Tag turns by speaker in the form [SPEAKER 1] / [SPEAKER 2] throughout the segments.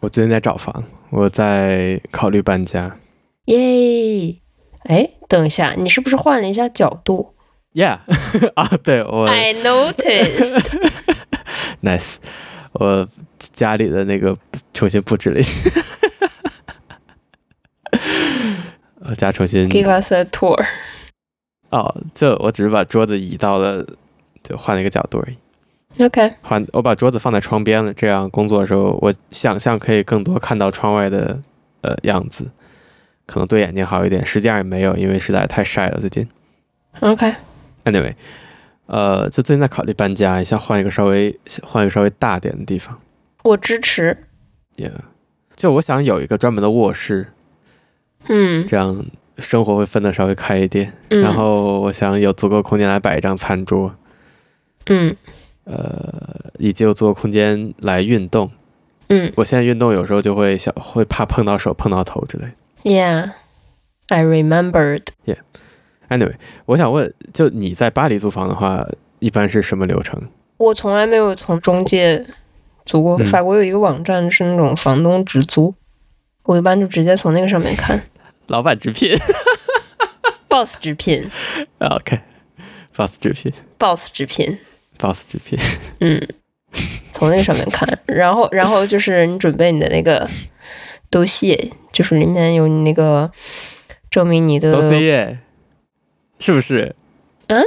[SPEAKER 1] 我最近在找房，我在考虑搬家。
[SPEAKER 2] 耶！哎，等一下，你是不是换了一下角度
[SPEAKER 1] Yeah，啊， 对我
[SPEAKER 2] ？I noticed。
[SPEAKER 1] nice，我家里的那个重新布置了一下，我家重新
[SPEAKER 2] Give us a tour。
[SPEAKER 1] 哦，这我只是把桌子移到了，就换了一个角度而已。
[SPEAKER 2] OK，
[SPEAKER 1] 换我把桌子放在窗边了，这样工作的时候，我想象可以更多看到窗外的呃样子，可能对眼睛好一点。实际上也没有，因为实在太晒了最近。
[SPEAKER 2] OK，
[SPEAKER 1] Anyway，呃，就最近在考虑搬家，想换一个稍微想换一个稍微大点的地方。
[SPEAKER 2] 我支持。
[SPEAKER 1] 也、就我想有一个专门的卧室，
[SPEAKER 2] 嗯，
[SPEAKER 1] 这样生活会分得稍微开一点。
[SPEAKER 2] 嗯
[SPEAKER 1] 然后我想有足够空间来摆一张餐桌，
[SPEAKER 2] 嗯
[SPEAKER 1] 以及有足够空间来运动。
[SPEAKER 2] 嗯
[SPEAKER 1] 我现在运动有时候就会想会怕碰到手、碰到头之类的。
[SPEAKER 2] ，Yeah，I remembered。
[SPEAKER 1] Anyway，我想问，就你在巴黎租房的话，一般是什么流程？
[SPEAKER 2] 我从来没有从中介租过。
[SPEAKER 1] 嗯
[SPEAKER 2] 法国有一个网站是那种房东直租，我一般就直接从那个上面看
[SPEAKER 1] 老板直聘
[SPEAKER 2] ，boss 直聘
[SPEAKER 1] ，OK，boss 直聘
[SPEAKER 2] ，boss 直聘，
[SPEAKER 1] ，boss 直聘，
[SPEAKER 2] 嗯，从那个上面看。然后，然后就是你准备你的那个都谢，就是里面有你那个证明你的
[SPEAKER 1] 都 C 耶，是不是？
[SPEAKER 2] 呃嗯，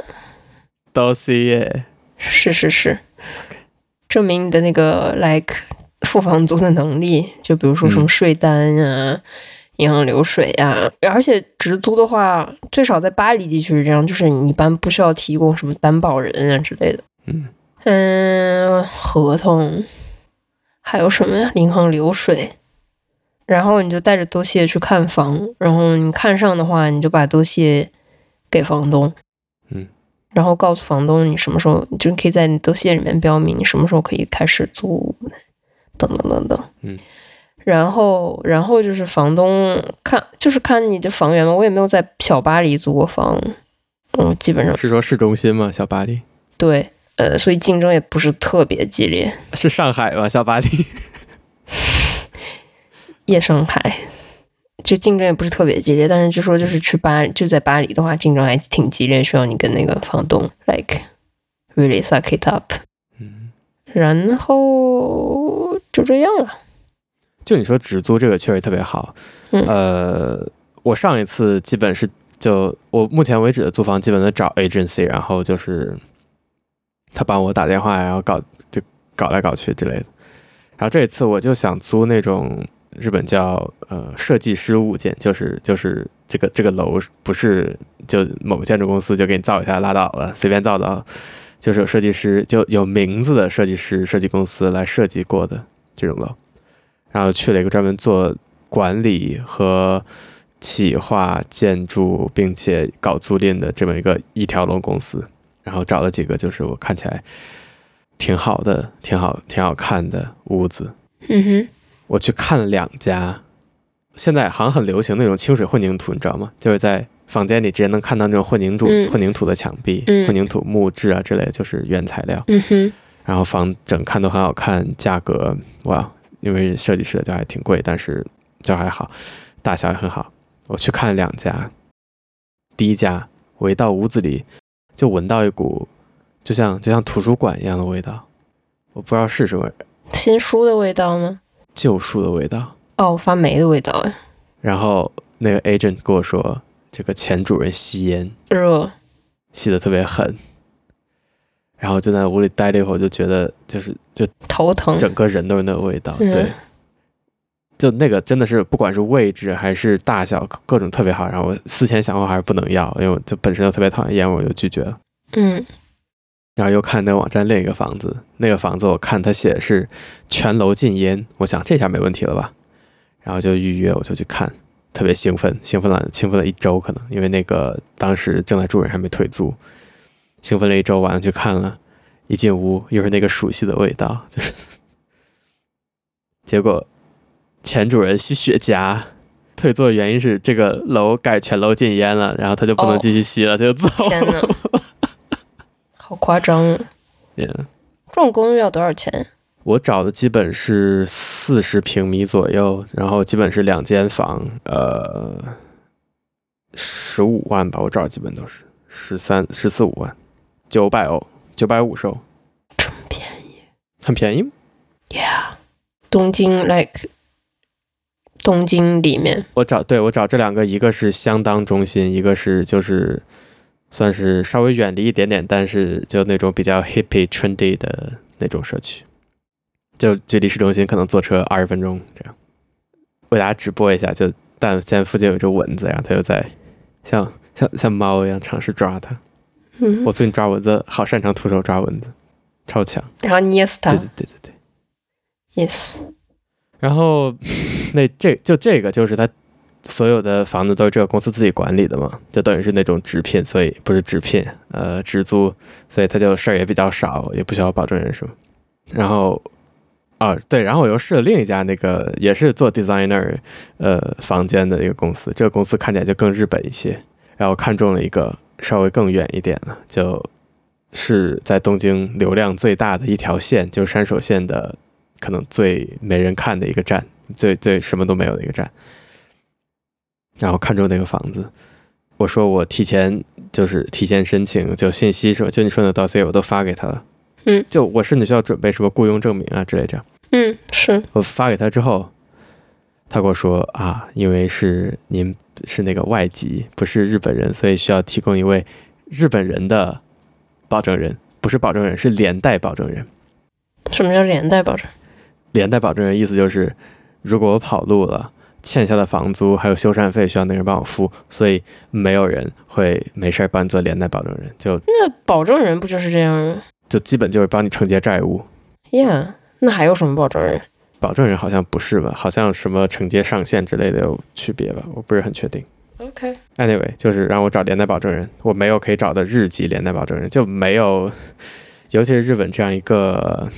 [SPEAKER 1] 都 C 耶，
[SPEAKER 2] 是是是，证明你的那个 like 付房租的能力，就比如说什么
[SPEAKER 1] 嗯
[SPEAKER 2] 税单呀、银行流水呀、而且直租的话，最少在巴黎地区是这样，就是你一般不需要提供什么担保人啊之类的。
[SPEAKER 1] 嗯
[SPEAKER 2] 嗯，合同，还有什么呀？银行流水。然后你就带着多谢去看房，然后你看上的话，你就把多谢给房东，
[SPEAKER 1] 嗯，
[SPEAKER 2] 然后告诉房东你什么时候，就可以在你多谢里面标明你什么时候可以开始租，等等等等，
[SPEAKER 1] 嗯，
[SPEAKER 2] 然后然后就是房东看就是看你的房源嘛，我也没有在小巴黎租过房，嗯，基本上
[SPEAKER 1] 是说市中心吗？小巴黎
[SPEAKER 2] 对，呃，所以竞争也不是特别激烈，
[SPEAKER 1] 是上海吗？小巴黎
[SPEAKER 2] 夜上海，就竞争也不是特别激烈，但是就说就是去巴就在巴黎的话，竞争还挺激烈，需要你跟那个房东 like really suck it up，
[SPEAKER 1] 嗯，
[SPEAKER 2] 然后就这样了。
[SPEAKER 1] 就你说只租这个确实特别好。
[SPEAKER 2] 嗯
[SPEAKER 1] 呃，我上一次基本是就我目前为止的租房，基本都找 agency，然后就是他帮我打电话，然后搞就搞来搞去之类的。然后这一次我就想租那种日本叫呃设计师物件，就是就是这个这个楼不是就某个建筑公司就给你造一下拉倒了，随便造造，就是有设计师就有名字的设计师设计公司来设计过的这种楼。然后去了一个专门做管理和企划建筑，并且搞租赁的这么一个一条龙公司，然后找了几个就是我看起来挺好的、挺好、挺好看的屋子，
[SPEAKER 2] 嗯哼，
[SPEAKER 1] 我去看了两家。现在好像很流行那种清水混凝土，你知道吗？就是在房间里直接能看到那种混凝土、
[SPEAKER 2] 嗯
[SPEAKER 1] 混凝土的墙壁、
[SPEAKER 2] 嗯
[SPEAKER 1] 混凝土木质啊之类的，就是原材料。
[SPEAKER 2] 嗯哼，
[SPEAKER 1] 然后房整看都很好看，价格哇，因为设计师的就还挺贵，但是就还好，大小也很好。我去看了两家，第一家我一到屋子里就闻到一股就像就像图书馆一样的味道，我不知道是什么
[SPEAKER 2] 新书的味道吗？
[SPEAKER 1] 旧书的味道。
[SPEAKER 2] 哦，发霉的味道哎，
[SPEAKER 1] 然后那个 agent 跟我说，这个前主人吸烟，
[SPEAKER 2] 热。
[SPEAKER 1] 吸得特别狠。然后就在屋里待了一会儿，就觉得就是就
[SPEAKER 2] 头疼，
[SPEAKER 1] 整个人都是那个味道。
[SPEAKER 2] 嗯
[SPEAKER 1] 对，就那个真的是不管是位置还是大小，各各种特别好。然后我思前想后还是不能要，因为我就本身就特别讨厌烟味，我就拒绝了。
[SPEAKER 2] 嗯
[SPEAKER 1] 然后又看那个网站另一个房子，那个房子我看它写的是全楼禁烟，我想这下没问题了吧？然后就预约，我就去看，特别兴奋，兴奋了，兴奋了一周可能，因为那个当时正在住人还没退租，兴奋了一周，晚上去看了，一进屋又是那个熟悉的味道，就是，结果前主人吸雪茄。退租的原因是这个楼改全楼禁烟了，然后他就不能
[SPEAKER 2] 哦
[SPEAKER 1] 继续吸了，他就走
[SPEAKER 2] 天
[SPEAKER 1] 了。
[SPEAKER 2] 哪，好夸张啊！
[SPEAKER 1] Yeah
[SPEAKER 2] 这种公寓要多少钱？
[SPEAKER 1] 我找的基本是四十平米左右，然后基本是两间房，呃，十五万吧，我找的基本都是十三、十四五万，九百欧，九百五十欧，
[SPEAKER 2] 这么便宜
[SPEAKER 1] 很便宜吗。
[SPEAKER 2] ，Yeah，东京 like 东京里面，
[SPEAKER 1] 我找对我找这两个，一个是相当中心，一个是就是算是稍微远离一点点，但是就那种比较 hippy trendy 的那种社区，就距离市中心可能坐车二十分钟这样。为大家直播一下，就但现在附近有一只蚊子，然后它就在像像像猫一样尝试抓它。
[SPEAKER 2] 嗯，
[SPEAKER 1] 我最近抓蚊子好擅长徒手抓蚊子，超强。
[SPEAKER 2] 然后捏死
[SPEAKER 1] 对
[SPEAKER 2] 它
[SPEAKER 1] 对对对对。
[SPEAKER 2] ，Yes，
[SPEAKER 1] 然后那这就这个就是他所有的房子都是这个公司自己管理的嘛，就等于是那种直聘，所以不是直聘，呃，直租，所以他就事儿也比较少，也不需要保证人数。然后啊，对，然后我又试了另一家那个也是做 designer 呃房间的一个公司，这个公司看起来就更日本一些，然后看中了一个稍微更远一点的，就是在东京流量最大的一条线，就是山手线的可能最没人看的一个站，最最什么都没有的一个站。然后看中那个房子，我说我提前就是提前申请，就信息什么，就你说的 dossier 我都发给他了。
[SPEAKER 2] 嗯，
[SPEAKER 1] 就我甚至需要准备什么雇佣证明啊之类这样。
[SPEAKER 2] 嗯，是
[SPEAKER 1] 我发给他之后，他跟我说啊，因为是您是那个外籍，不是日本人，所以需要提供一位日本人的保证人，不是保证人，是连带保证人。
[SPEAKER 2] 什么叫连带保证？
[SPEAKER 1] 连带保证人意思就是，如果我跑路了，欠下的房租还有修缮费需要那个人帮我付，所以没有人会没事儿帮你做连带保证人，就
[SPEAKER 2] 那保证人不就是这样吗
[SPEAKER 1] 就基本就是帮你承接债务。
[SPEAKER 2] ？Yeah，那还有什么保证人？
[SPEAKER 1] 保证人好像不是吧？好像什么承接上限之类的有区别吧？我不是很确定。
[SPEAKER 2] OK
[SPEAKER 1] Anyway，就是让我找连带保证人，我没有可以找的日籍连带保证人，就没有，尤其是日本这样一个，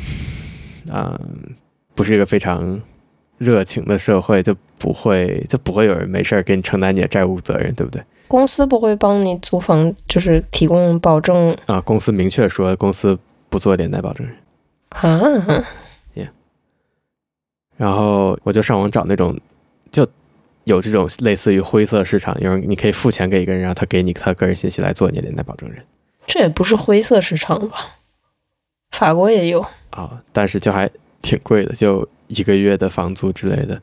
[SPEAKER 1] 嗯、不是一个非常热情的社会，就不会就不会有人没事儿给你承担你的债务责任，对不对？
[SPEAKER 2] 公司不会帮你租房，就是提供保证
[SPEAKER 1] 啊，公司明确说公司不做连带保证人，
[SPEAKER 2] 啊。
[SPEAKER 1] 然后我就上网找那种就有这种类似于灰色市场，有人你可以付钱给一个人，然后他给你他个人信息来做你的连带保证人。
[SPEAKER 2] 这也不是灰色市场吧？法国也有，
[SPEAKER 1] 啊、但是就还挺贵的，就一个月的房租之类的。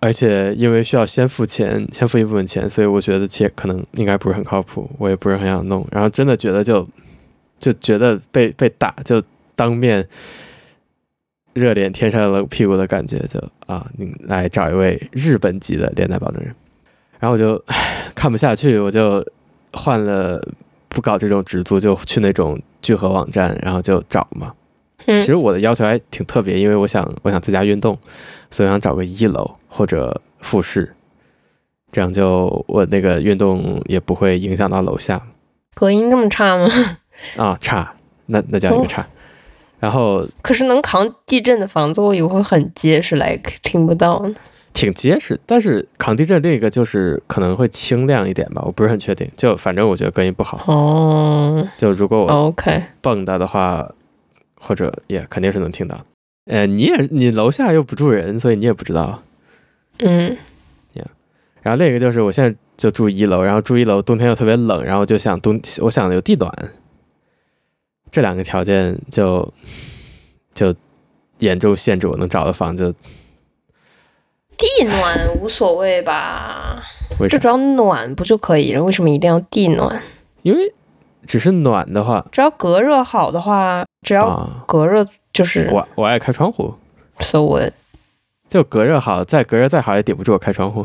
[SPEAKER 1] 而且因为需要先付钱，先付一部分钱，所以我觉得其实可能应该不是很靠谱，我也不是很想弄。然后真的觉得就就觉得被被打，就当面热脸贴上了屁股的感觉，就啊，你来找一位日本籍的连带保证人。然后我就看不下去，我就换了不搞这种直租，就去那种聚合网站，然后就找嘛。
[SPEAKER 2] 嗯
[SPEAKER 1] 其实我的要求还挺特别，因为我想我想在家运动，所以我想找个一楼或者复式，这样就我那个运动也不会影响到楼下
[SPEAKER 2] 隔音这么差吗？
[SPEAKER 1] 啊差，那那叫一个差。然后
[SPEAKER 2] 可是能扛地震的房子，我以为会很结实，like 听不到呢。
[SPEAKER 1] 挺结实，但是抗地震另一个就是可能会清亮一点吧，我不是很确定。就反正我觉得隔音不好，
[SPEAKER 2] 哦
[SPEAKER 1] 就如果我
[SPEAKER 2] ，OK，
[SPEAKER 1] 蹦跶的话，或者也肯定是能听到。呃，你也你楼下又不住人，所以你也不知道。
[SPEAKER 2] 嗯，
[SPEAKER 1] 然后另一个就是我现在就住一楼，然后住一楼冬天又特别冷，然后就想冬我想有地暖，这两个条件就就严重限制我能找的房子。
[SPEAKER 2] 地暖无所谓吧，
[SPEAKER 1] 为
[SPEAKER 2] 就
[SPEAKER 1] 啥？
[SPEAKER 2] 只要暖不就可以了？为什么一定要地暖？
[SPEAKER 1] 因为只是暖的话
[SPEAKER 2] 只要隔热好的话，只要
[SPEAKER 1] 啊，
[SPEAKER 2] 隔热就是、
[SPEAKER 1] 我我爱开窗户，
[SPEAKER 2] so what。
[SPEAKER 1] 就隔热好，再隔热再好也顶不住我开窗户。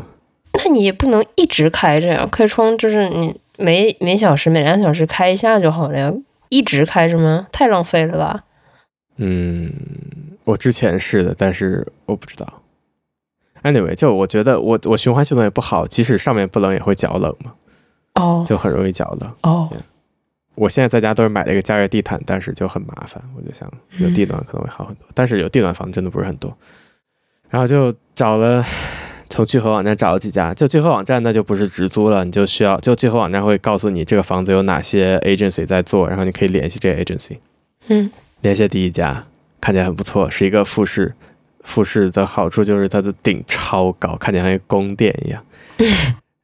[SPEAKER 2] 那你也不能一直开着呀，开窗就是你每每小时每两小时开一下就好了呀，一直开着吗？太浪费了吧。
[SPEAKER 1] 嗯，我之前是的，但是我不知道。Anyway，就我觉得我我循环系统也不好，即使上面不冷也会脚冷嘛，
[SPEAKER 2] 哦
[SPEAKER 1] 就很容易脚冷。
[SPEAKER 2] 哦，
[SPEAKER 1] 我现在在家都是买了一个加热地毯，但是就很麻烦，我就想
[SPEAKER 2] 嗯
[SPEAKER 1] 有地暖可能会好很多，但是有地暖房真的不是很多。然后就找了从聚合网站找了几家，就聚合网站那就不是直租了，你就需要就聚合网站会告诉你这个房子有哪些 agency 在做，然后你可以联系这个 agency。
[SPEAKER 2] 嗯，
[SPEAKER 1] 联系第一家，看起来很不错，是一个复式。复式的好处就是它的顶超高，看起来像一个宫殿一样，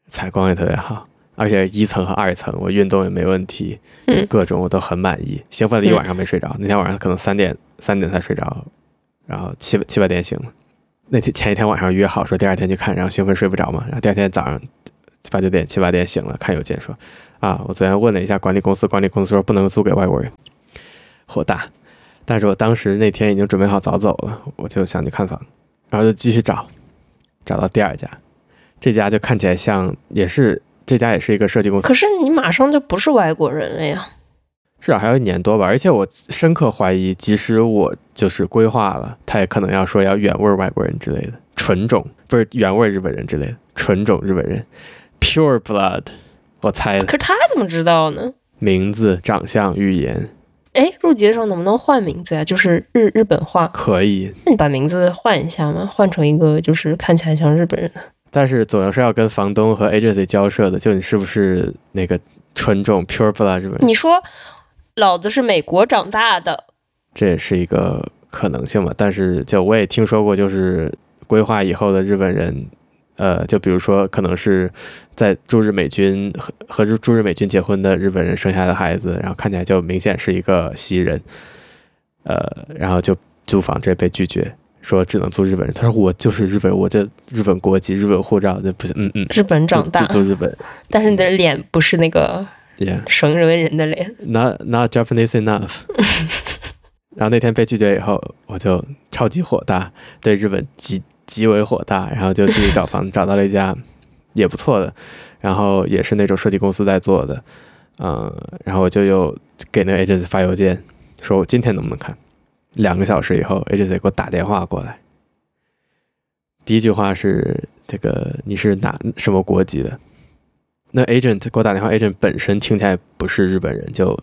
[SPEAKER 1] 采光也特别好，而且一层和二层我运动也没问题，
[SPEAKER 2] 嗯
[SPEAKER 1] 各种我都很满意，兴奋了一晚上没睡着。那天晚上可能三点三点才睡着，然后七七八点醒了。那天前一天晚上约好说第二天去看，然后兴奋睡不着嘛，然后第二天早上八九点七八点醒了，看邮件说啊，我昨天问了一下管理公司，管理公司说不能租给外国人，火大。但是我当时那天已经准备好早走了，我就想去看房，然后就继续找，找到第二家，这家就看起来像也是这家也是一个设计公司，
[SPEAKER 2] 可是你马上就不是外国人了呀。
[SPEAKER 1] 至少还有一年多吧。而且我深刻怀疑，即使我就是规划了，他也可能要说要原味儿外国人之类的，纯种不是原味儿日本人之类的，纯种日本人，pure blood。我猜的
[SPEAKER 2] 可是他怎么知道呢？
[SPEAKER 1] 名字、长相、语言
[SPEAKER 2] 哎，入籍的时候能不能换名字呀、就是日日本话，
[SPEAKER 1] 可以，
[SPEAKER 2] 那你把名字换一下嘛，换成一个就是看起来像日本人的。
[SPEAKER 1] 但是总是要跟房东和 agency 交涉的，就你是不是那个纯种 pure blood 日本人，
[SPEAKER 2] 你说老子是美国长大的，
[SPEAKER 1] 这也是一个可能性嘛。但是就我也听说过，就是规划以后的日本人，呃，就比如说可能是在驻日美军和和驻驻日美军结婚的日本人生下的孩子，然后看起来就明显是一个西人，呃，然后就租房直接被拒绝。说只能租日本人，他说我就是日本人，我这日本国籍、日本护照，这不行，嗯嗯，
[SPEAKER 2] 日本
[SPEAKER 1] 就
[SPEAKER 2] 长大，
[SPEAKER 1] 就租日本
[SPEAKER 2] 但是你的脸不是那个
[SPEAKER 1] ，yeah。
[SPEAKER 2] 成人人的脸。
[SPEAKER 1] not not Japanese enough 。然后那天被拒绝以后，我就超级火大，对日本极极为火大，然后就继续找房子，找到了一家也不错的， 然后也是那种设计公司在做的，嗯，然后我就又给那个 agency 发邮件，说我今天能不能看？两个小时以后，agency 给我打电话过来，第一句话是这个你是哪什么国籍的？那 agent 给我打电话，agent 本身听起来不是日本人，就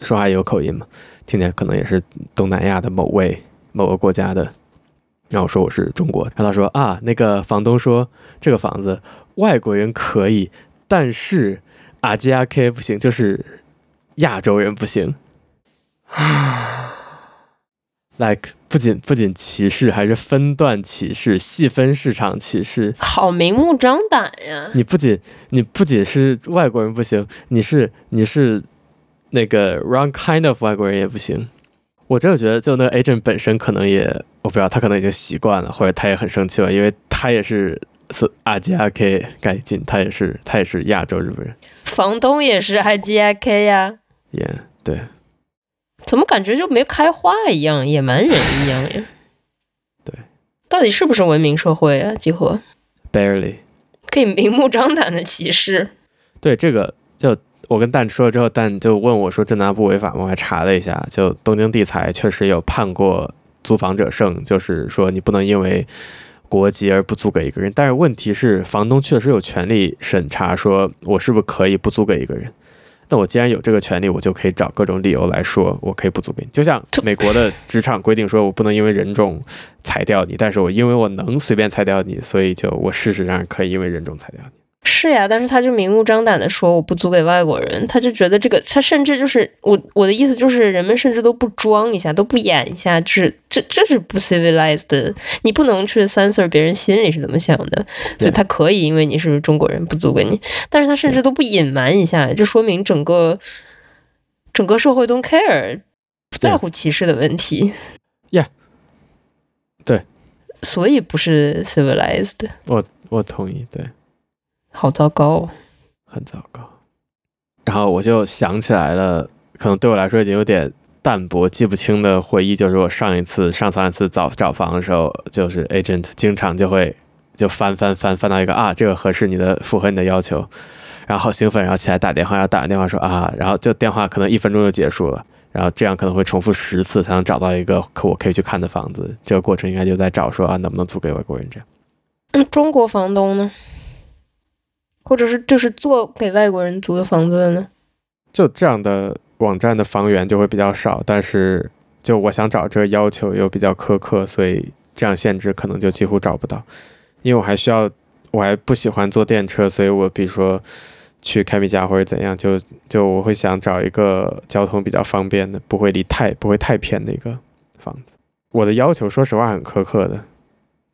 [SPEAKER 1] 说话也有口音嘛，听起来可能也是东南亚的某位某个国家的。然后我说我是中国，然后他说啊，那个房东说这个房子外国人可以，但是阿基亚 K 不行，就是亚洲人不行。like 不仅不仅歧视，还是分段歧视、细分市场歧视，
[SPEAKER 2] 好明目张胆呀！
[SPEAKER 1] 你不仅你不仅是外国人不行，你是你是那个 wrong kind of 外国人也不行。我真的觉得，就那个 agent 本身可能也，我不知道他可能已经习惯了，或者他也很生气吧，因为他也是是阿吉阿 K 改进，他也是他也是亚洲日本人，
[SPEAKER 2] 房东也是 I G I K 呀，
[SPEAKER 1] 也、对。？
[SPEAKER 2] 怎么感觉就没开花一样，野蛮人一样呀
[SPEAKER 1] 对，
[SPEAKER 2] 到底是不是文明社会啊？集合
[SPEAKER 1] barely
[SPEAKER 2] 可以明目张胆的歧视，
[SPEAKER 1] 对这个就。我跟蛋说了之后，蛋就问我说：“这难道不违法吗？”我还查了一下，就东京地裁确实有判过租房者胜，就是说你不能因为国籍而不租给一个人。但是问题是，房东确实有权利审查，说我是不是可以不租给一个人。那我既然有这个权利，我就可以找各种理由来说我可以不租给你。就像美国的职场规定，说我不能因为人种裁掉你，但是我因为我能随便裁掉你，所以就我事实上可以因为人种裁掉你。
[SPEAKER 2] 是呀，但是他就明目张胆的说我不租给外国人，他就觉得这个，他甚至就是我我的意思就是，人们甚至都不装一下，都不演一下，就是这这是不 civilized 的，你不能去 censor 别人心里是怎么想的，所以他可以因为你是中国人不租给你，但是他甚至都不隐瞒一下，这说明整个整个社会 don't care，不在乎歧视的问题
[SPEAKER 1] Yeah 对，
[SPEAKER 2] 所以不是 civilized，
[SPEAKER 1] 我同意，对。
[SPEAKER 2] 好糟糕、哦。
[SPEAKER 1] 很糟糕。然后我就想起来了，可能对我来说已经有点淡薄、记不清的回忆，就是我上一次、上上一次找找房的时候，就是 agent 经常就会就翻翻翻翻到一个啊，这个合适你的，符合你的要求，然后好兴奋，然后起来打电话，然后打完电话说啊，然后就电话可能一分钟就结束了。然后这样可能会重复十次才能找到一个可我可以去看的房子，这个过程应该就在找说啊能不能租给外国人这样。
[SPEAKER 2] 嗯，中国房东呢？或者是就是做给外国人租的房子的呢？
[SPEAKER 1] 就这样的网站的房源就会比较少，但是就我想找这个要求又比较苛刻，所以这样限制可能就几乎找不到。因为我还需要，我还不喜欢坐电车，所以我比如说去开米家或者怎样，就就我会想找一个交通比较方便的，不会离太不会太偏的一个房子。我的要求说实话很苛刻的，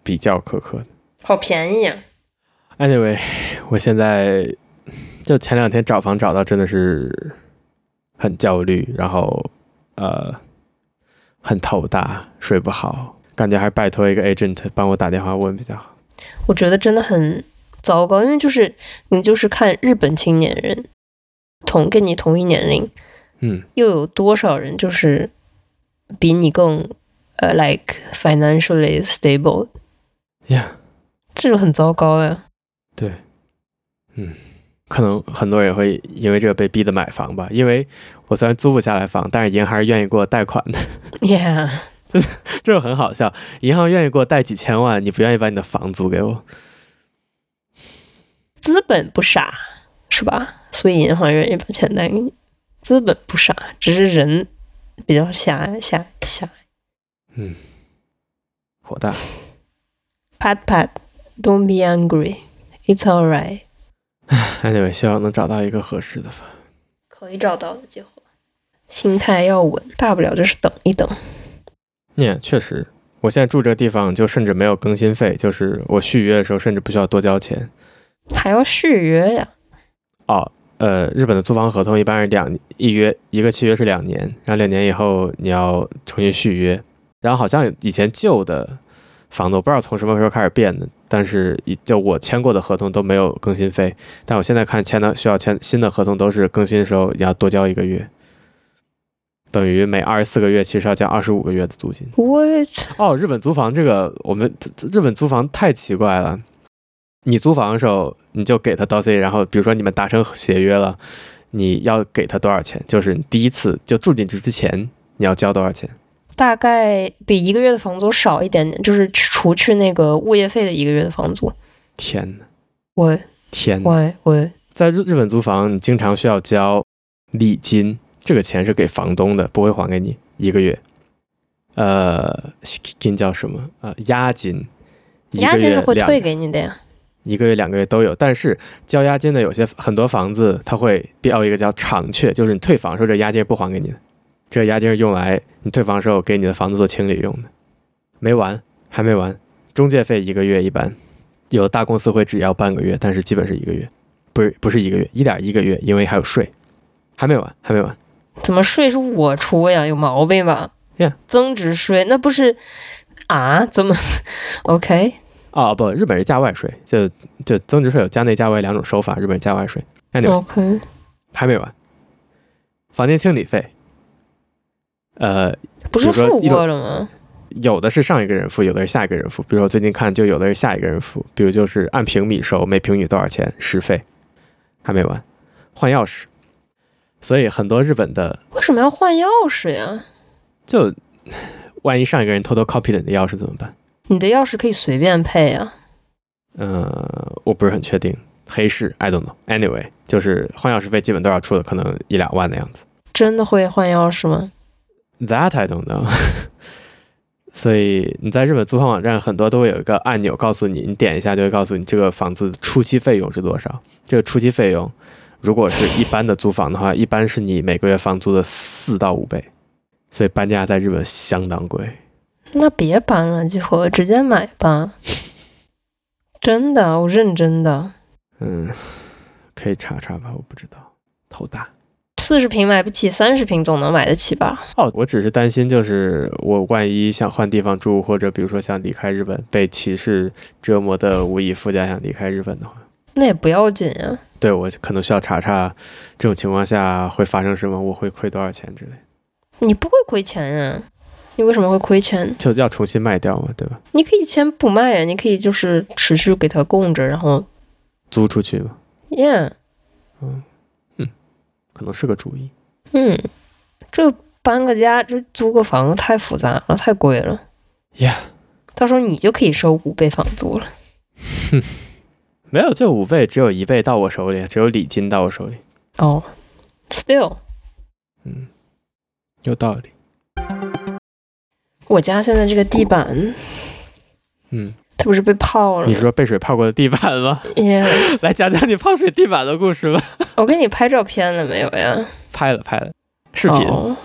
[SPEAKER 1] 比较苛刻的。
[SPEAKER 2] 好便宜啊！
[SPEAKER 1] Anyway，我现在就前两天找房找到真的是很焦虑，然后呃很头大，睡不好，感觉还是拜托一个 agent 帮我打电话问比较好。
[SPEAKER 2] 我觉得真的很糟糕，因为就是你就是看日本青年人，同跟你同一年龄，
[SPEAKER 1] 嗯，
[SPEAKER 2] 又有多少人就是比你更呃 like financially stable，
[SPEAKER 1] 呀、
[SPEAKER 2] 这就很糟糕呀。
[SPEAKER 1] 对，嗯，可能很多人会因为这个被逼的买房吧，因为我虽然租不下来房，但是银行是愿意给我贷款的，
[SPEAKER 2] Yeah，
[SPEAKER 1] 这个很好笑。银行愿意给我贷几千万，你不愿意把你的房租给我？
[SPEAKER 2] 资本不傻是吧？所以银行愿意把钱贷给你，资本不傻，只是人比较狭狭狭。
[SPEAKER 1] 嗯，火大。
[SPEAKER 2] Pat pat，don't be angry，it's alright，
[SPEAKER 1] Anyway，希望能找到一个合适的吧。
[SPEAKER 2] 可以找到的，结果心态要稳，大不了就是等一等。
[SPEAKER 1] 也、确实，我现在住这个地方就甚至没有更新费，就是我续约的时候甚至不需要多交钱。
[SPEAKER 2] 还要续约呀？
[SPEAKER 1] 哦，呃，日本的租房合同一般是两一约一个契约是两年，然后两年以后你要重新续约。然后好像以前旧的房子，我不知道从什么时候开始变的，但是以就我签过的合同都没有更新费，但我现在看签的需要签新的合同都是更新的时候你要多交一个月，等于每二十四个月其实要交二十五个月的租金。
[SPEAKER 2] 我
[SPEAKER 1] 哦，日本租房这个，我们这这日本租房太奇怪了。你租房的时候，你就给他 d o s 然后比如说你们达成协约了，你要给他多少钱？就是你第一次就住进去之前，你要交多少钱？
[SPEAKER 2] 大概比一个月的房租少一点点，就是除去那个物业费的一个月的房租。
[SPEAKER 1] 天呐，
[SPEAKER 2] 我
[SPEAKER 1] 嗯天呐！
[SPEAKER 2] 我我
[SPEAKER 1] 在日日本租房，你经常需要交礼金，这个钱是给房东的，不会还给你一个月。呃，金叫什么？呃，押金，一
[SPEAKER 2] 押
[SPEAKER 1] 个
[SPEAKER 2] 金
[SPEAKER 1] 月
[SPEAKER 2] 是会
[SPEAKER 1] 两
[SPEAKER 2] 退给你的呀。
[SPEAKER 1] 一个月、两个月都有。但是呃交押金的有些很多房子，它会标一个叫偿却，就是你退房的时候这押金是不还给你的，这个押金是用来你退房的时候给你的房子做清理用的。没完，还没完，中介费一个月一般，有的大公司会只要半个月，但是基本是一个月，不是不是一个月，一点一个月，因为还有税。还没完，还没完。
[SPEAKER 2] 怎么税是我出呀？有毛病吧
[SPEAKER 1] Yeah
[SPEAKER 2] 增值税那不是啊？怎么 ？OK？
[SPEAKER 1] 啊、不，日本是价外税，就就增值税有加内价外两种手法，日本是价外税。那你
[SPEAKER 2] OK，
[SPEAKER 1] 还没完，房间清理费，呃，
[SPEAKER 2] 不是
[SPEAKER 1] 比如说
[SPEAKER 2] 付
[SPEAKER 1] 一种
[SPEAKER 2] 过了吗？
[SPEAKER 1] 有的是上一个人付，有的是下一个人付。比如说我最近看，就有的是下一个人付，比如就是按平米收，每平米多少钱，时费。还没完，换钥匙。所以很多日本的
[SPEAKER 2] 为什么要换钥匙呀？
[SPEAKER 1] 就，万一上一个人偷偷 copy 了你的钥匙怎么办？
[SPEAKER 2] 你的钥匙可以随便配啊。
[SPEAKER 1] 呃，我不是很确定，黑市 I don't know。Anyway，就是换钥匙费基本都要出的，可能一两万的样子。
[SPEAKER 2] 真的会换钥匙吗？
[SPEAKER 1] That I don't know 。 所以你在日本租房网站很多都会有一个按钮告诉你，你点一下就会告诉你这个房子初期费用是多少。这个初期费用，如果是一般的租房的话，一般是你每个月房租的四到五倍，所以搬家在日本相当贵。
[SPEAKER 2] 那别搬了，季火，直接买吧。真的，啊我认真的，
[SPEAKER 1] 嗯，可以查查吧，我不知道，头大。
[SPEAKER 2] 四十平买不起，三十平总能买得起吧？
[SPEAKER 1] 哦，我只是担心，就是我万一想换地方住，或者比如说想离开日本，被歧视折磨的无以复加，想离开日本的话。
[SPEAKER 2] 那也不要紧啊。
[SPEAKER 1] 对我可能需要查查这种情况下会发生什么，我会亏多少钱之类的，
[SPEAKER 2] 你不会亏钱啊？你为什么会亏钱？
[SPEAKER 1] 就要重新卖掉嘛，对吧？
[SPEAKER 2] 你可以先不卖啊呀，你可以就是持续给它供着，然后
[SPEAKER 1] 租出去嘛，
[SPEAKER 2] ，yeah，
[SPEAKER 1] 可能是个主 意。
[SPEAKER 2] 嗯，这搬个家，这租个房子太复杂了，太贵了。
[SPEAKER 1] Yeah
[SPEAKER 2] 到时候你就可以收五倍房租了。
[SPEAKER 1] 没有，这五倍只有一倍到我手里，只有礼金到我手里。
[SPEAKER 2] 哦、s t i l l
[SPEAKER 1] 嗯，有道理。
[SPEAKER 2] 我家现在这个地板，
[SPEAKER 1] 嗯，
[SPEAKER 2] 它不是被泡了
[SPEAKER 1] 你
[SPEAKER 2] 吗？
[SPEAKER 1] 说被水泡过的地板吗？
[SPEAKER 2] Yeah，
[SPEAKER 1] 来讲讲你泡水地板的故事吧。
[SPEAKER 2] 我给你拍照片了没有呀？
[SPEAKER 1] 拍了拍了，视频
[SPEAKER 2] 哦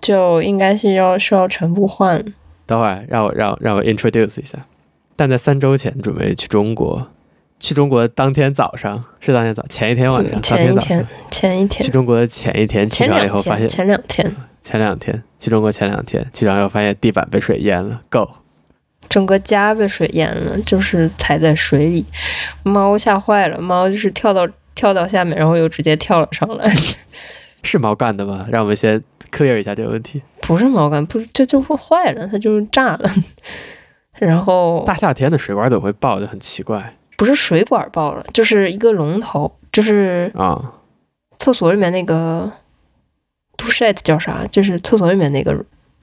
[SPEAKER 2] 就应该是要需要全部换。
[SPEAKER 1] 等会儿让我让我让我 introduce 一下。但在三周前准备去中国，去中国当天早上是当天早前一天晚上，当
[SPEAKER 2] 前一
[SPEAKER 1] 天早上
[SPEAKER 2] 天，前一
[SPEAKER 1] 去
[SPEAKER 2] 天，
[SPEAKER 1] 中国的前一天起
[SPEAKER 2] 前
[SPEAKER 1] 床以
[SPEAKER 2] 两
[SPEAKER 1] 后发现
[SPEAKER 2] 天，前两天，
[SPEAKER 1] 前两天去中国前两天起床以后发现地板被水淹了，Go！
[SPEAKER 2] 整个家被水淹了，就是踩在水里，猫吓坏了，猫就是跳到跳到下面，然后又直接跳了上来，
[SPEAKER 1] 是毛干的吗？让我们先 clear 一下这个问题。
[SPEAKER 2] 不是猫干，不是这就坏了，它就是炸了， 然后
[SPEAKER 1] 大夏天的水管怎么会爆？就很奇怪
[SPEAKER 2] 不是水管爆了，就是一个龙头，就是
[SPEAKER 1] 啊！
[SPEAKER 2] 厕所里面那个 douchette 叫啥？就是厕所里面那个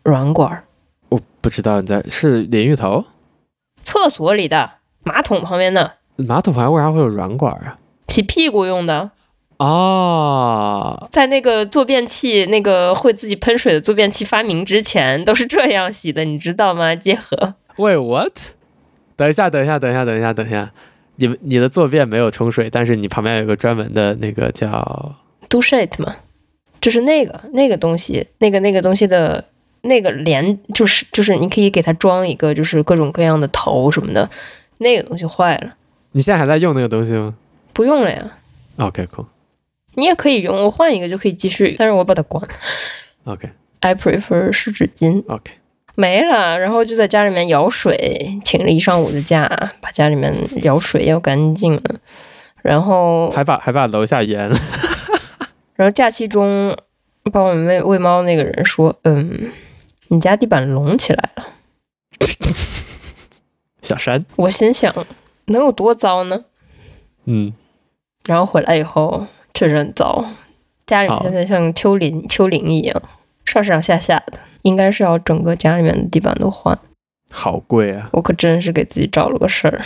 [SPEAKER 2] 软管儿，
[SPEAKER 1] 我不知道你在是淋浴头、
[SPEAKER 2] 厕所里的马桶旁边的
[SPEAKER 1] 马桶旁为啥会有软管啊？
[SPEAKER 2] 洗屁股用的，
[SPEAKER 1] 哦，
[SPEAKER 2] 在那个坐便器那个会自己喷水的坐便器发明之前，都是这样洗的，你知道吗？结合
[SPEAKER 1] 喂，what？等一下，等一下，等一下，等一下，等一下，你们你的坐便没有冲水，但是你旁边有个专门的那个叫
[SPEAKER 2] douchette 嘛，就是那个那个东西，那个那个东西的。那个连就是就是你可以给它装一个就是各种各样的头什么的，那个东西坏了，
[SPEAKER 1] 你现在还在用那个东西吗
[SPEAKER 2] 不用了呀。
[SPEAKER 1] ？OK cool
[SPEAKER 2] 你也可以用，我换一个就可以继续，但是我把它关了。
[SPEAKER 1] OK
[SPEAKER 2] I prefer 湿纸巾
[SPEAKER 1] OK
[SPEAKER 2] 没了，然后就在家里面舀水，请了一上午的假，把家里面舀水要干净了。然后，
[SPEAKER 1] 还把还把楼下淹了，
[SPEAKER 2] 然后假期中帮我们喂喂猫那个人说，嗯，你家地板隆起来了。
[SPEAKER 1] 小山，
[SPEAKER 2] 我心想，能有多糟呢？
[SPEAKER 1] 嗯，
[SPEAKER 2] 然后回来以后确实很糟，家里面
[SPEAKER 1] 好
[SPEAKER 2] 现在像丘陵丘陵一样，上上下下的，应该是要整个家里面的地板都换。
[SPEAKER 1] 好贵啊，
[SPEAKER 2] 我可真是给自己找了个事儿。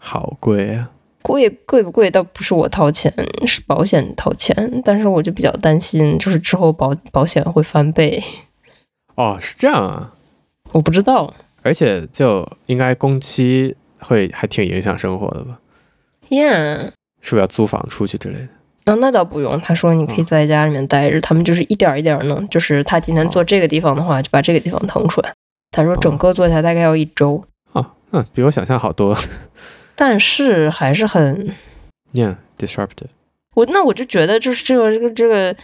[SPEAKER 1] 好贵啊，
[SPEAKER 2] 贵贵不贵倒不是我掏钱，是保险掏钱，但是我就比较担心，就是之后保保险会翻倍，
[SPEAKER 1] 哦，是这样啊，
[SPEAKER 2] 我不知道
[SPEAKER 1] 而且就应该工期会还挺影响生活的吧？
[SPEAKER 2] ，Yeah。
[SPEAKER 1] 是不是要租房出去之类的？
[SPEAKER 2] 啊，那倒不用。他说你可以在家里面待着，他们就是一点儿一点儿弄。就是他今天做这个地方的话，就把这个地方腾出来。他说整个做下来大概要一周，
[SPEAKER 1] 哦，嗯，比我想象好多。
[SPEAKER 2] 但是还是很
[SPEAKER 1] yeah, disruptive。
[SPEAKER 2] 我那我就觉得就是这个这个这个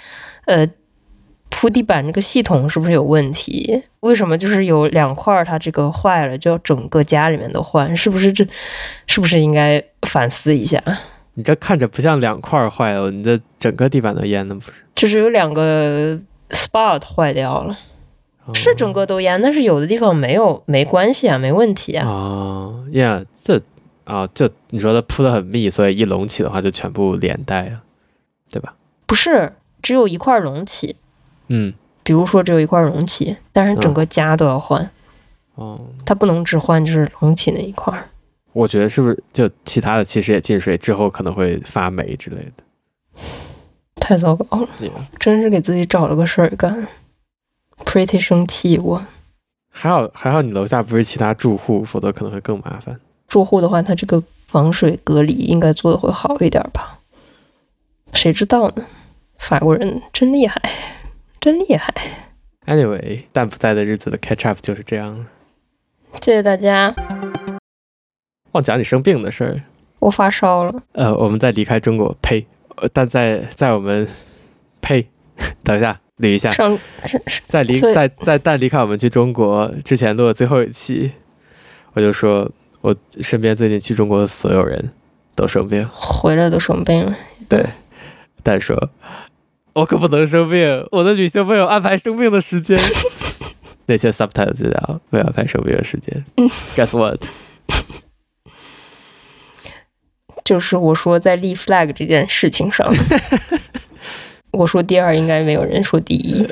[SPEAKER 2] 呃铺地板这个系统是不是有问题？为什么就是有两块儿它这个坏了，就要整个家里面都换？是不是这是不是应该反思一下？
[SPEAKER 1] 你这看着不像两块儿坏了，你这整个地板都淹了，不是？
[SPEAKER 2] 就是有两个 spot 坏掉了，
[SPEAKER 1] 哦
[SPEAKER 2] 是整个都淹，但是有的地方没有没关系啊，没问题啊。
[SPEAKER 1] 哦，Yeah，这啊，这你说它铺的很密，所以一隆起的话就全部连带了，对吧？
[SPEAKER 2] 不是只有一块儿隆起，
[SPEAKER 1] 嗯，
[SPEAKER 2] 比如说只有一块儿隆起，但是整个家都要换，
[SPEAKER 1] 哦，
[SPEAKER 2] 它不能只换就是隆起那一块儿。
[SPEAKER 1] 我觉得是不是就其他的其实也进水之后可能会发霉之类的
[SPEAKER 2] 太糟糕了。
[SPEAKER 1] ？Yeah，
[SPEAKER 2] 真是给自己找了个事儿干，pretty 生气我。
[SPEAKER 1] 还好还好你楼下不是其他住户，否则可能会更麻烦。
[SPEAKER 2] 住户的话，他这个防水隔离应该做的会好一点吧？谁知道呢？法国人真厉害，真厉害！
[SPEAKER 1] Anyway，但不在的日子的 catch up 就是这样了。
[SPEAKER 2] 谢谢大家，
[SPEAKER 1] 忘讲你生病的事儿。
[SPEAKER 2] 我发烧了，
[SPEAKER 1] 呃，我们在离开中国，呸！呃但在在我们，呸！ 等一下，捋一下，
[SPEAKER 2] 上上上
[SPEAKER 1] 在离
[SPEAKER 2] 所以
[SPEAKER 1] 在在但离开我们去中国之前录的最后一期，我就说我身边最近去中国的所有人都生病，
[SPEAKER 2] 回来都生病了。
[SPEAKER 1] 但说我可不能生病，我的旅行没有安排生病的时间。 那些 subtitle 就叫没有安排生病的时间。Guess what？
[SPEAKER 2] 就是我说在立 flag 这件事情上，我说第二，应该没有人说第一，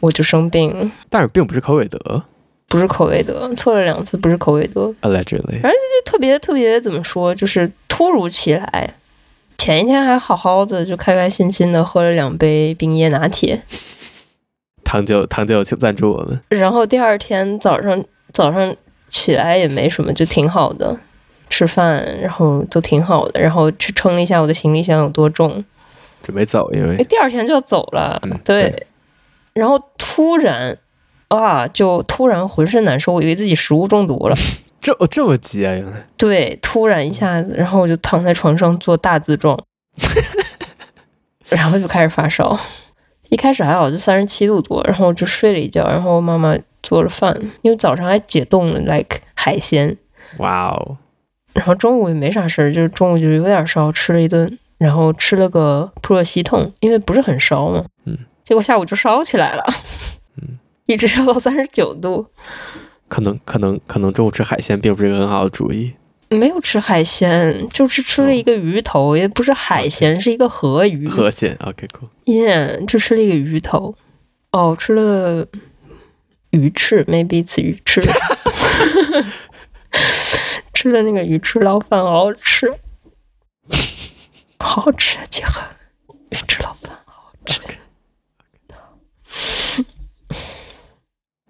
[SPEAKER 2] 我就生病了，
[SPEAKER 1] 但是并不是口尾德
[SPEAKER 2] 不是口味德，测了两次不是口味德，
[SPEAKER 1] ，allegedly。
[SPEAKER 2] 特别特别怎么说，就是突如其来。前一天还好好的，就开开心心的喝了两杯冰椰拿铁，
[SPEAKER 1] 糖酒糖酒，请赞助我们。
[SPEAKER 2] 然后第二天早上早上起来也没什么，就挺好的，吃饭然后都挺好的，然后去称了一下我的行李箱有多重，
[SPEAKER 1] 准备走，因为
[SPEAKER 2] 哎，第二天就要走了，
[SPEAKER 1] 嗯
[SPEAKER 2] 对
[SPEAKER 1] 对
[SPEAKER 2] 然后突然，啊，就突然浑身难受，我以为自己食物中毒了。
[SPEAKER 1] 这这么急啊，原来
[SPEAKER 2] 对，突然一下子，然后我就躺在床上做大字 状，然后就开始发烧。一开始还好，就三十七度多，然后我就睡了一觉，然后妈妈做了饭，因为早上还解冻了，like 海鲜，
[SPEAKER 1] 哇哦，
[SPEAKER 2] 然后中午也没啥事儿，就是中午就是有点烧，吃了一顿，然后吃了个扑热息痛，因为不是很烧嘛，
[SPEAKER 1] 嗯，
[SPEAKER 2] 结果下午就烧起来了，
[SPEAKER 1] 嗯，
[SPEAKER 2] 一直烧到三十九度，
[SPEAKER 1] 可能可能可能中午吃海鲜并不是一个很好的主意。
[SPEAKER 2] 没有吃海鲜，就是吃了一个鱼头，也不是海鲜，是一个河鱼，
[SPEAKER 1] 和谐，OK cool，
[SPEAKER 2] 耶，就吃了一个鱼头，哦，吃了鱼翅，maybe 吃鱼翅，吃了那个鱼翅捞饭，好好吃，好好吃啊，杰克，鱼翅捞饭好好吃，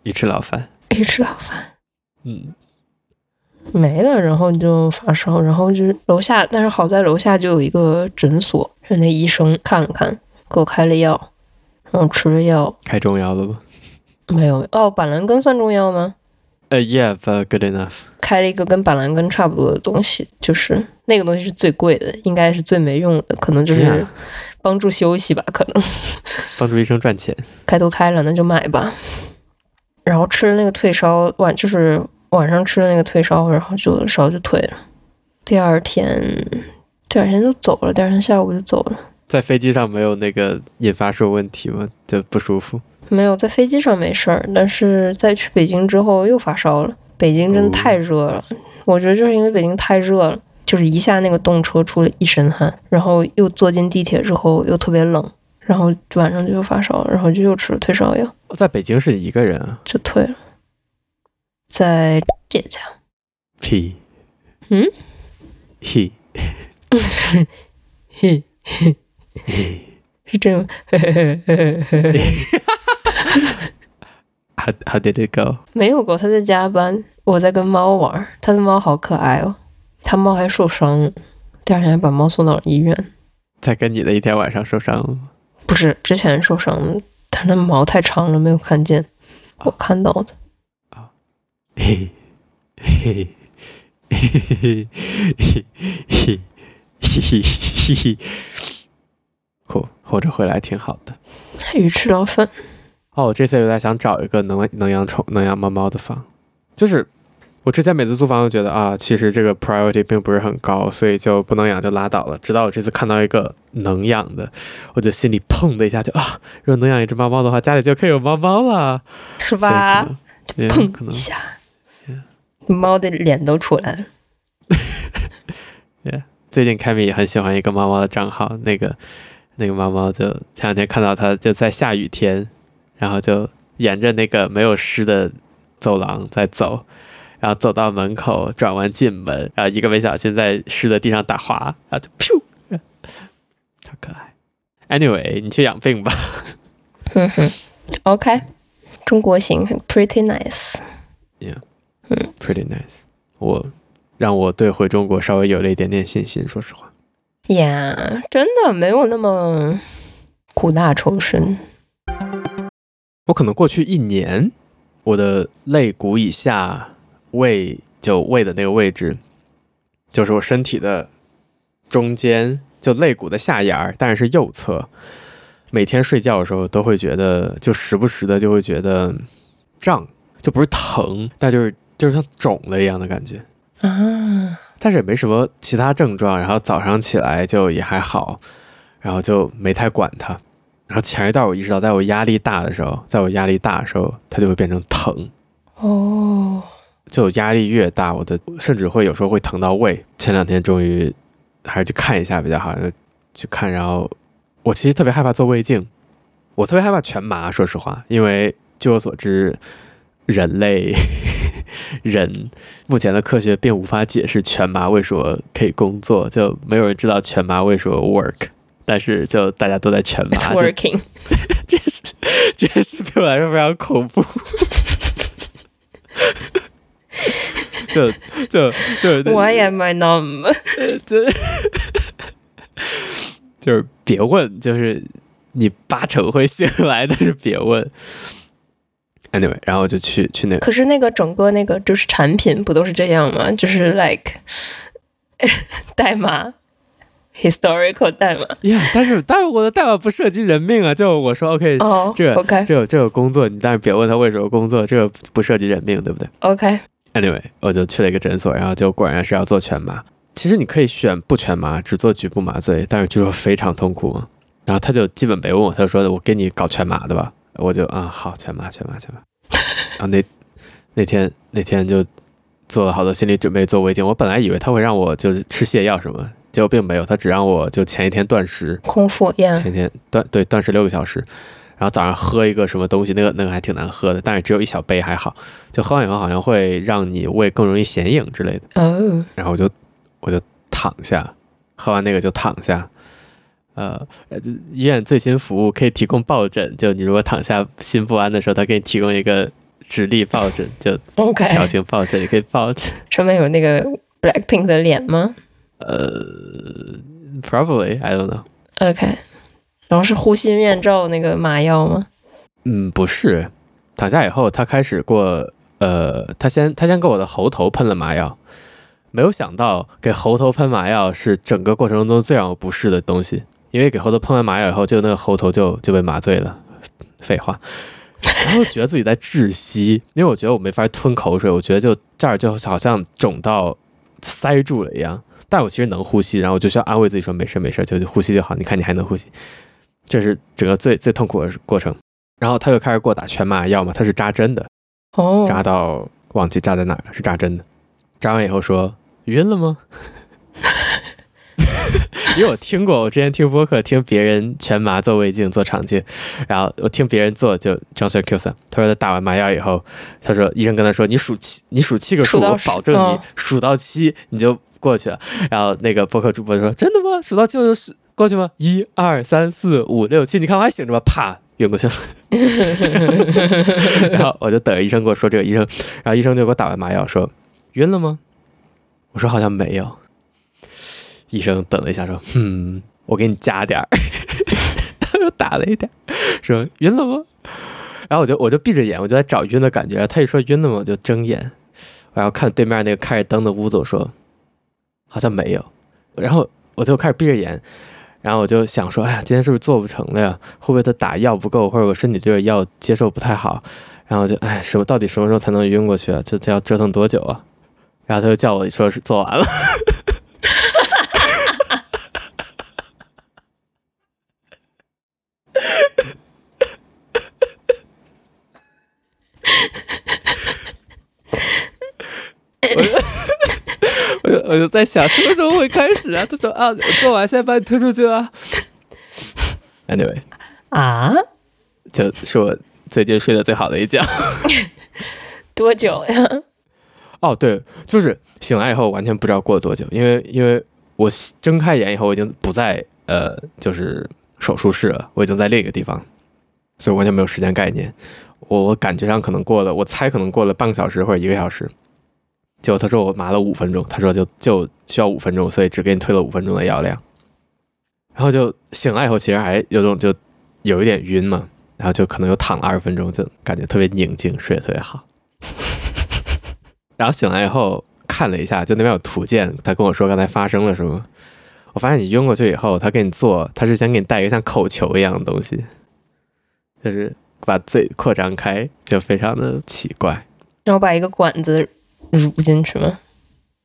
[SPEAKER 1] 鱼翅老饭，
[SPEAKER 2] 鱼翅捞饭
[SPEAKER 1] 嗯，
[SPEAKER 2] 没了，然后就发烧，然后就是楼下，但是好在楼下就有一个诊所，让那医生看了看，给我开了药，然后吃了药，
[SPEAKER 1] 开中药了吗？
[SPEAKER 2] 没有哦，板蓝根算中药吗？
[SPEAKER 1] 呃、y e a h b u t good enough。
[SPEAKER 2] 开了一个跟板蓝根差不多的东西，就是那个东西是最贵的，应该是最没用的，可能就
[SPEAKER 1] 这
[SPEAKER 2] 是
[SPEAKER 1] 样
[SPEAKER 2] 帮助休息吧，可能
[SPEAKER 1] 帮助医生赚钱，
[SPEAKER 2] 开都开了，那就买吧。然后吃了那个退烧晚，就是晚上吃了那个退烧，然后就烧就退了。第二天，第二天就走了，第二天下午就走了。
[SPEAKER 1] 在飞机上没有那个引发出问题吗？就不舒服。
[SPEAKER 2] 没有在飞机上没事儿，但是在去北京之后又发烧了。北京真的太热了，我觉得就是因为北京太热了，就是一下那个动车出了一身汗，然后又坐进地铁之后又特别冷，然后晚上就又发烧了，然后就又吃了退烧药
[SPEAKER 1] 哦在北京是一个人啊，
[SPEAKER 2] 就退了。在姐家，
[SPEAKER 1] 屁，
[SPEAKER 2] 嗯，
[SPEAKER 1] 嘿，
[SPEAKER 2] 嘿，
[SPEAKER 1] 嘿，
[SPEAKER 2] 是这样，嘿嘿嘿嘿嘿嘿嘿
[SPEAKER 1] how how did it go？
[SPEAKER 2] 没有狗，它在加班，我在跟猫玩儿，它的猫好可爱哦，它猫还受伤了，第二天还把猫送到了医院。
[SPEAKER 1] 在跟你的一天晚上受伤了吗，
[SPEAKER 2] 不是之前受伤的，但是它毛太长了，没有看见，我看到的。
[SPEAKER 1] 嘿，嘿，嘿嘿嘿嘿嘿嘿嘿嘿，活活着回来挺好的。
[SPEAKER 2] 鱼翅捞饭，
[SPEAKER 1] 哦，我这次有点想找一个能能养宠、能养猫猫的房，就是我之前每次租房都觉得啊，其实这个 priority 并不是很高，所以就不能养就拉倒了。直到我这次看到一个能养的，我就心里砰的一下就啊，如果能养一只猫猫的话，家里就可以有猫猫了，
[SPEAKER 2] 是
[SPEAKER 1] 所以
[SPEAKER 2] 吧？
[SPEAKER 1] 可能，也有可
[SPEAKER 2] 砰
[SPEAKER 1] 能
[SPEAKER 2] 一下，猫的脸都出来了。
[SPEAKER 1] 最近凯米也很喜欢一个猫猫的账号，那个那个猫猫就前两天看到它就在下雨天，然后就沿着那个没有湿的走廊在走，然后走到门口转弯进门，然后一个没小心在湿的地上打滑，然后就噗，啊超可爱。Anyway，你去养病吧。
[SPEAKER 2] 哼嗯哼，OK，中国型，pretty nice。
[SPEAKER 1] Pretty nice，我让我对回中国稍微有了一点点信心，说实话。
[SPEAKER 2] 呀、真的没有那么苦大仇深。
[SPEAKER 1] 我可能过去一年，我的肋骨以下胃就胃的那个位置，就是我身体的中间，就肋骨的下沿儿，但是是右侧。每天睡觉的时候都会觉得，就时不时的就会觉得胀，就不是疼，但就是就是像肿了一样的感觉。
[SPEAKER 2] 啊，
[SPEAKER 1] 但是也没什么其他症状，然后早上起来就也还好，然后就没太管它。然后前一段我意识到，在我压力大的时候，在我压力大的时候，它就会变成疼。
[SPEAKER 2] 哦，
[SPEAKER 1] 就压力越大，我的甚至会有时候会疼到胃。前两天终于还是去看一下比较好，就去看。然后我其实特别害怕做胃镜，我特别害怕全麻，说实话，因为据我所知，人类 人目前的科学并无法解释全麻为什么可以工作，就没有人知道全麻为什么 work。但是就大家都在全麻，
[SPEAKER 2] ，it's
[SPEAKER 1] 就
[SPEAKER 2] working。
[SPEAKER 1] 这是这是 对我来说非常恐怖。 就就就
[SPEAKER 2] Why am I numb？
[SPEAKER 1] 就就是别问，就是你八成会醒来，但是别问。 anyway，然后我就去去那个，
[SPEAKER 2] 可是那个整个那个就是产品不都是这样吗？就是 like 代码，historical 代码。
[SPEAKER 1] 呀，但是但是我的代码不涉及人命啊，就我说 OK，、
[SPEAKER 2] 哦、
[SPEAKER 1] 这
[SPEAKER 2] OK
[SPEAKER 1] 这有这有工作，你但是别问他为什么工作，这个不涉及人命，对不对
[SPEAKER 2] OK，
[SPEAKER 1] ？Anyway，我就去了一个诊所，然后就果然是要做全麻。其实你可以选不全麻，只做局部麻醉，但是据说非常痛苦。然后他就基本没问我，他就说我给你搞全麻的吧，我就啊、好，全麻全麻全麻。然后那那天那天就做了好多心理准备做胃镜，我本来以为他会让我就是吃泻药什么，结果并没有，他只让我就前一天断食，
[SPEAKER 2] 空腹呀，
[SPEAKER 1] 前天断对断食六个小时，然后早上喝一个什么东西，那个那个还挺难喝的，但是只有一小杯还好，就喝完以后好像会让你胃更容易显影之类的。
[SPEAKER 2] 哦，
[SPEAKER 1] 然后我就我就躺下，喝完那个就躺下。呃，呃医院最新服务可以提供抱枕，就你如果躺下心不安的时候，他给你提供一个直立抱枕，就
[SPEAKER 2] OK，
[SPEAKER 1] 条形抱枕，你可以抱着。
[SPEAKER 2] 上面有那个 Blackpink 的脸吗
[SPEAKER 1] ？Probably I 呃 don't know。
[SPEAKER 2] ？OK，然后是呼吸面罩那个麻药吗？
[SPEAKER 1] 嗯，不是，躺下以后，他开始给我，呃，他先他先给我的喉头喷了麻药，没有想到给喉头喷麻药是整个过程中最让我不适的东西，因为给喉头喷完麻药以后，就那个喉头就就被麻醉了，废话，然后觉得自己在窒息，因为我觉得我没法吞口水，我觉得就这儿就好像肿到塞住了一样，但我其实能呼吸，然后我就需要安慰自己说没事没事，就呼吸就好，你看你还能呼吸，这是整个最最痛苦的过程。然后他就开始给我打全麻药嘛，他是扎针的，
[SPEAKER 2] 哦，
[SPEAKER 1] 扎到忘记扎在哪儿了，是扎针的。扎完以后说晕了吗？ 因为我听过，我之前听播客听别人全麻做胃镜做肠镜，然后我听别人做就 Johnson Q 三，他说他打完麻药以后，他说医生跟他说你数七，你数七个数，
[SPEAKER 2] 数到
[SPEAKER 1] 我
[SPEAKER 2] 十
[SPEAKER 1] 保证你
[SPEAKER 2] 嗯
[SPEAKER 1] 数到七你就过去了。然后那个播客主播说真的吗？数到七我就是过去吗？一二三四五六七，你看我还醒着吧？啪晕过 去了。然后我就等着医生给我说这个，医生，然后医生就给我打完麻药说晕了吗？我说好像没有。医生等了一下说，嗯，我给你加点儿， 他又打了一点儿，说晕了吗？然后我就我就闭着眼，我就在找晕的感觉。他一说晕了吗，我就睁眼，然后看对面那个开着灯的屋子，我说好像没有。然后我就开始闭着眼，然后我就想说，哎呀，今天是不是做不成了呀？会不会他打药不够，或者我身体对这药接受不太好？然后我就哎，什么到底什么时候才能晕过去啊？这这要折腾多久啊？然后他就叫我说是做完了，我就我就哎在想什么时候会开始啊？他说啊，我做完现在把你推出去了。Anyway，
[SPEAKER 2] 啊，
[SPEAKER 1] 就是我最近睡得最好的一觉。
[SPEAKER 2] 多久呀？
[SPEAKER 1] 哦，对，就是醒来以后完全不知道过了多久，因为因为我睁开眼以后，我已经不在呃，就是手术室了，我已经在另一个地方，所以我完全没有时间概念。我我感觉上可能过了，我猜可能过了半个小时或者一个小时。结果他说我麻了五分钟，他说就就需要五分钟，所以只给你推了五分钟的药量。然后就醒来以后，其实还有种就有一点晕嘛，然后就可能又躺了二十分钟，就感觉特别宁静，睡得特别好。然后醒来以后看了一下，就那边有图鉴，他跟我说刚才发生了什么。我发现你晕过去以后，他给你做，他是先给你带一个像口球一样的东西，就是把嘴扩张开，就非常的奇怪，
[SPEAKER 2] 然后把一个管子乳进去吗？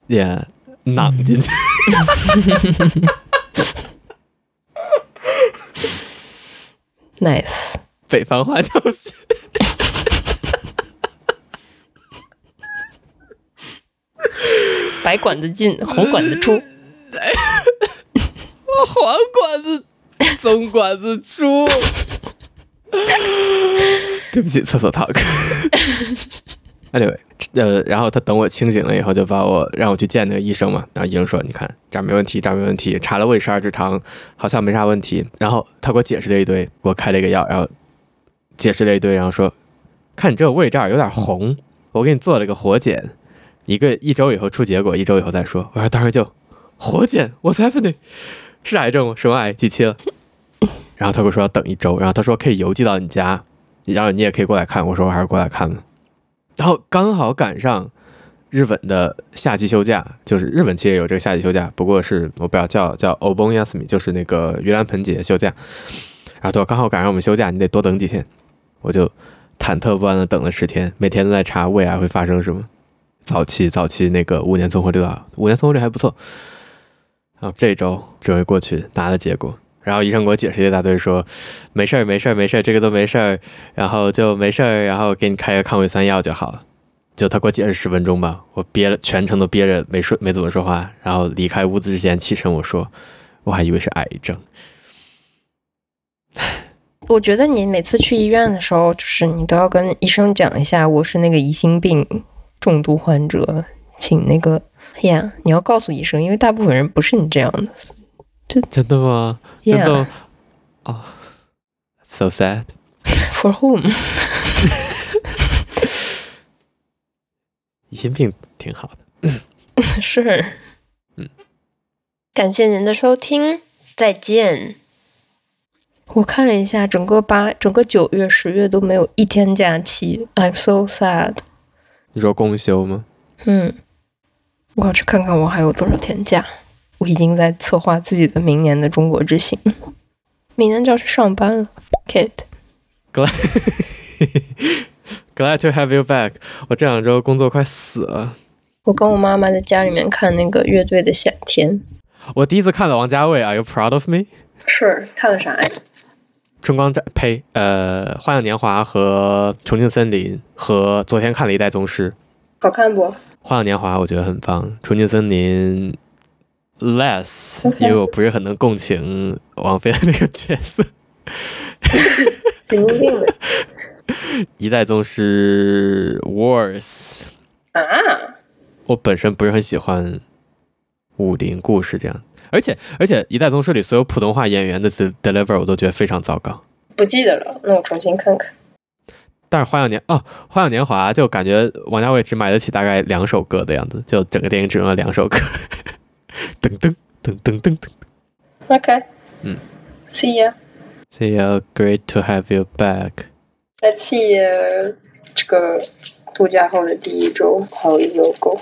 [SPEAKER 1] 也囊进去。
[SPEAKER 2] Nice，
[SPEAKER 1] 北方话就是。
[SPEAKER 2] 白管子进，红管子出。
[SPEAKER 1] 黄管子，棕管子猪。 对不起，厕所 talk。anyway，呃，然后他等我清醒了以后，就把我让我去见那个医生嘛。然后医生说：“你看这儿没问题，这儿没问题，查了胃十二指肠，好像没啥问题。”然后他给我解释了一堆，给我开了一个药，然后解释了一堆，然后说：“看你这个胃这儿有点红，我给你做了个活检，一个一周以后出结果，一周以后再说。”我说：“当时就活检，What's happening？” 是癌症吗？什么癌？几期了？然后他跟我说要等一周，然后他说可以邮寄到你家。然后你也可以过来看。我说我还是过来看吧。然后刚好赶上日本的夏季休假，就是日本其实也有这个夏季休假，不过是我表叫叫 o b o n y a s m i 就是那个盂兰盆节休假。然后他说刚好赶上我们休假，你得多等几天。我就忐忑不安的等了十天，每天都在查未来会发生什么。早期早期那个五年综合率啊，五年综合率还不错。然后哦这周终于过去拿了结果，然后医生给我解释一大堆说，没事儿没事儿没事儿，这个都没事儿，然后就没事儿，然后给你开个抗胃酸药就好了。就他给我解释十分钟吧，我憋了全程都憋着，没说没怎么说话。然后离开屋子之前，起身我说，我还以为是癌症。
[SPEAKER 2] 我觉得你每次去医院的时候，就是你都要跟医生讲一下，我是那个疑心病重度患者，请那个呀你要告诉医生，因为大部分人不是你这样的。
[SPEAKER 1] 真的吗？真
[SPEAKER 2] Yeah,
[SPEAKER 1] 的哦、s o sad。
[SPEAKER 2] for whom？
[SPEAKER 1] 疑心病挺好的，
[SPEAKER 2] 是，
[SPEAKER 1] 嗯，
[SPEAKER 2] 感谢您的收听，再见。我看了一下，整个八、整个九月、十月都没有一天假期，I'm so sad。
[SPEAKER 1] 你说公休吗？
[SPEAKER 2] 嗯，我要去看看我还有多少天假。我已经在策划自己的明年的中国之行，明年就要去上班了。Kid，
[SPEAKER 1] Glad to have you back。我这两周工作快死了。
[SPEAKER 2] 我跟我妈妈在家里面看那个乐队的夏天，
[SPEAKER 1] 我第一次看了王家卫，Are you proud of me？
[SPEAKER 2] 是看了啥呀？
[SPEAKER 1] 春光乍呸，呃，《花样年华》和《重庆森林》和昨天看了《一代宗师》。《
[SPEAKER 2] 好看不？
[SPEAKER 1] 花样年华》我觉得很棒，《重庆森林》less，
[SPEAKER 2] OK
[SPEAKER 1] 因为我不是很能共情王菲的那个角色。
[SPEAKER 2] 神经病的
[SPEAKER 1] 一代宗师 Wars，
[SPEAKER 2] 啊！
[SPEAKER 1] 我本身不是很喜欢武林故事这样，而且而且一代宗师里所有普通话演员的 de- deliver 我都觉得非常糟糕。
[SPEAKER 2] 不记得了，那我重新看看。
[SPEAKER 1] 但是花样年哦，花样年华就感觉王家卫只买得起大概两首歌的样子，就整个电影只用了两首歌， 噔噔噔噔噔噔。
[SPEAKER 2] OK，
[SPEAKER 1] 嗯
[SPEAKER 2] ，See ya。
[SPEAKER 1] See you, great to have you back。
[SPEAKER 2] 在七爷这个度假后的第一周，how is your go？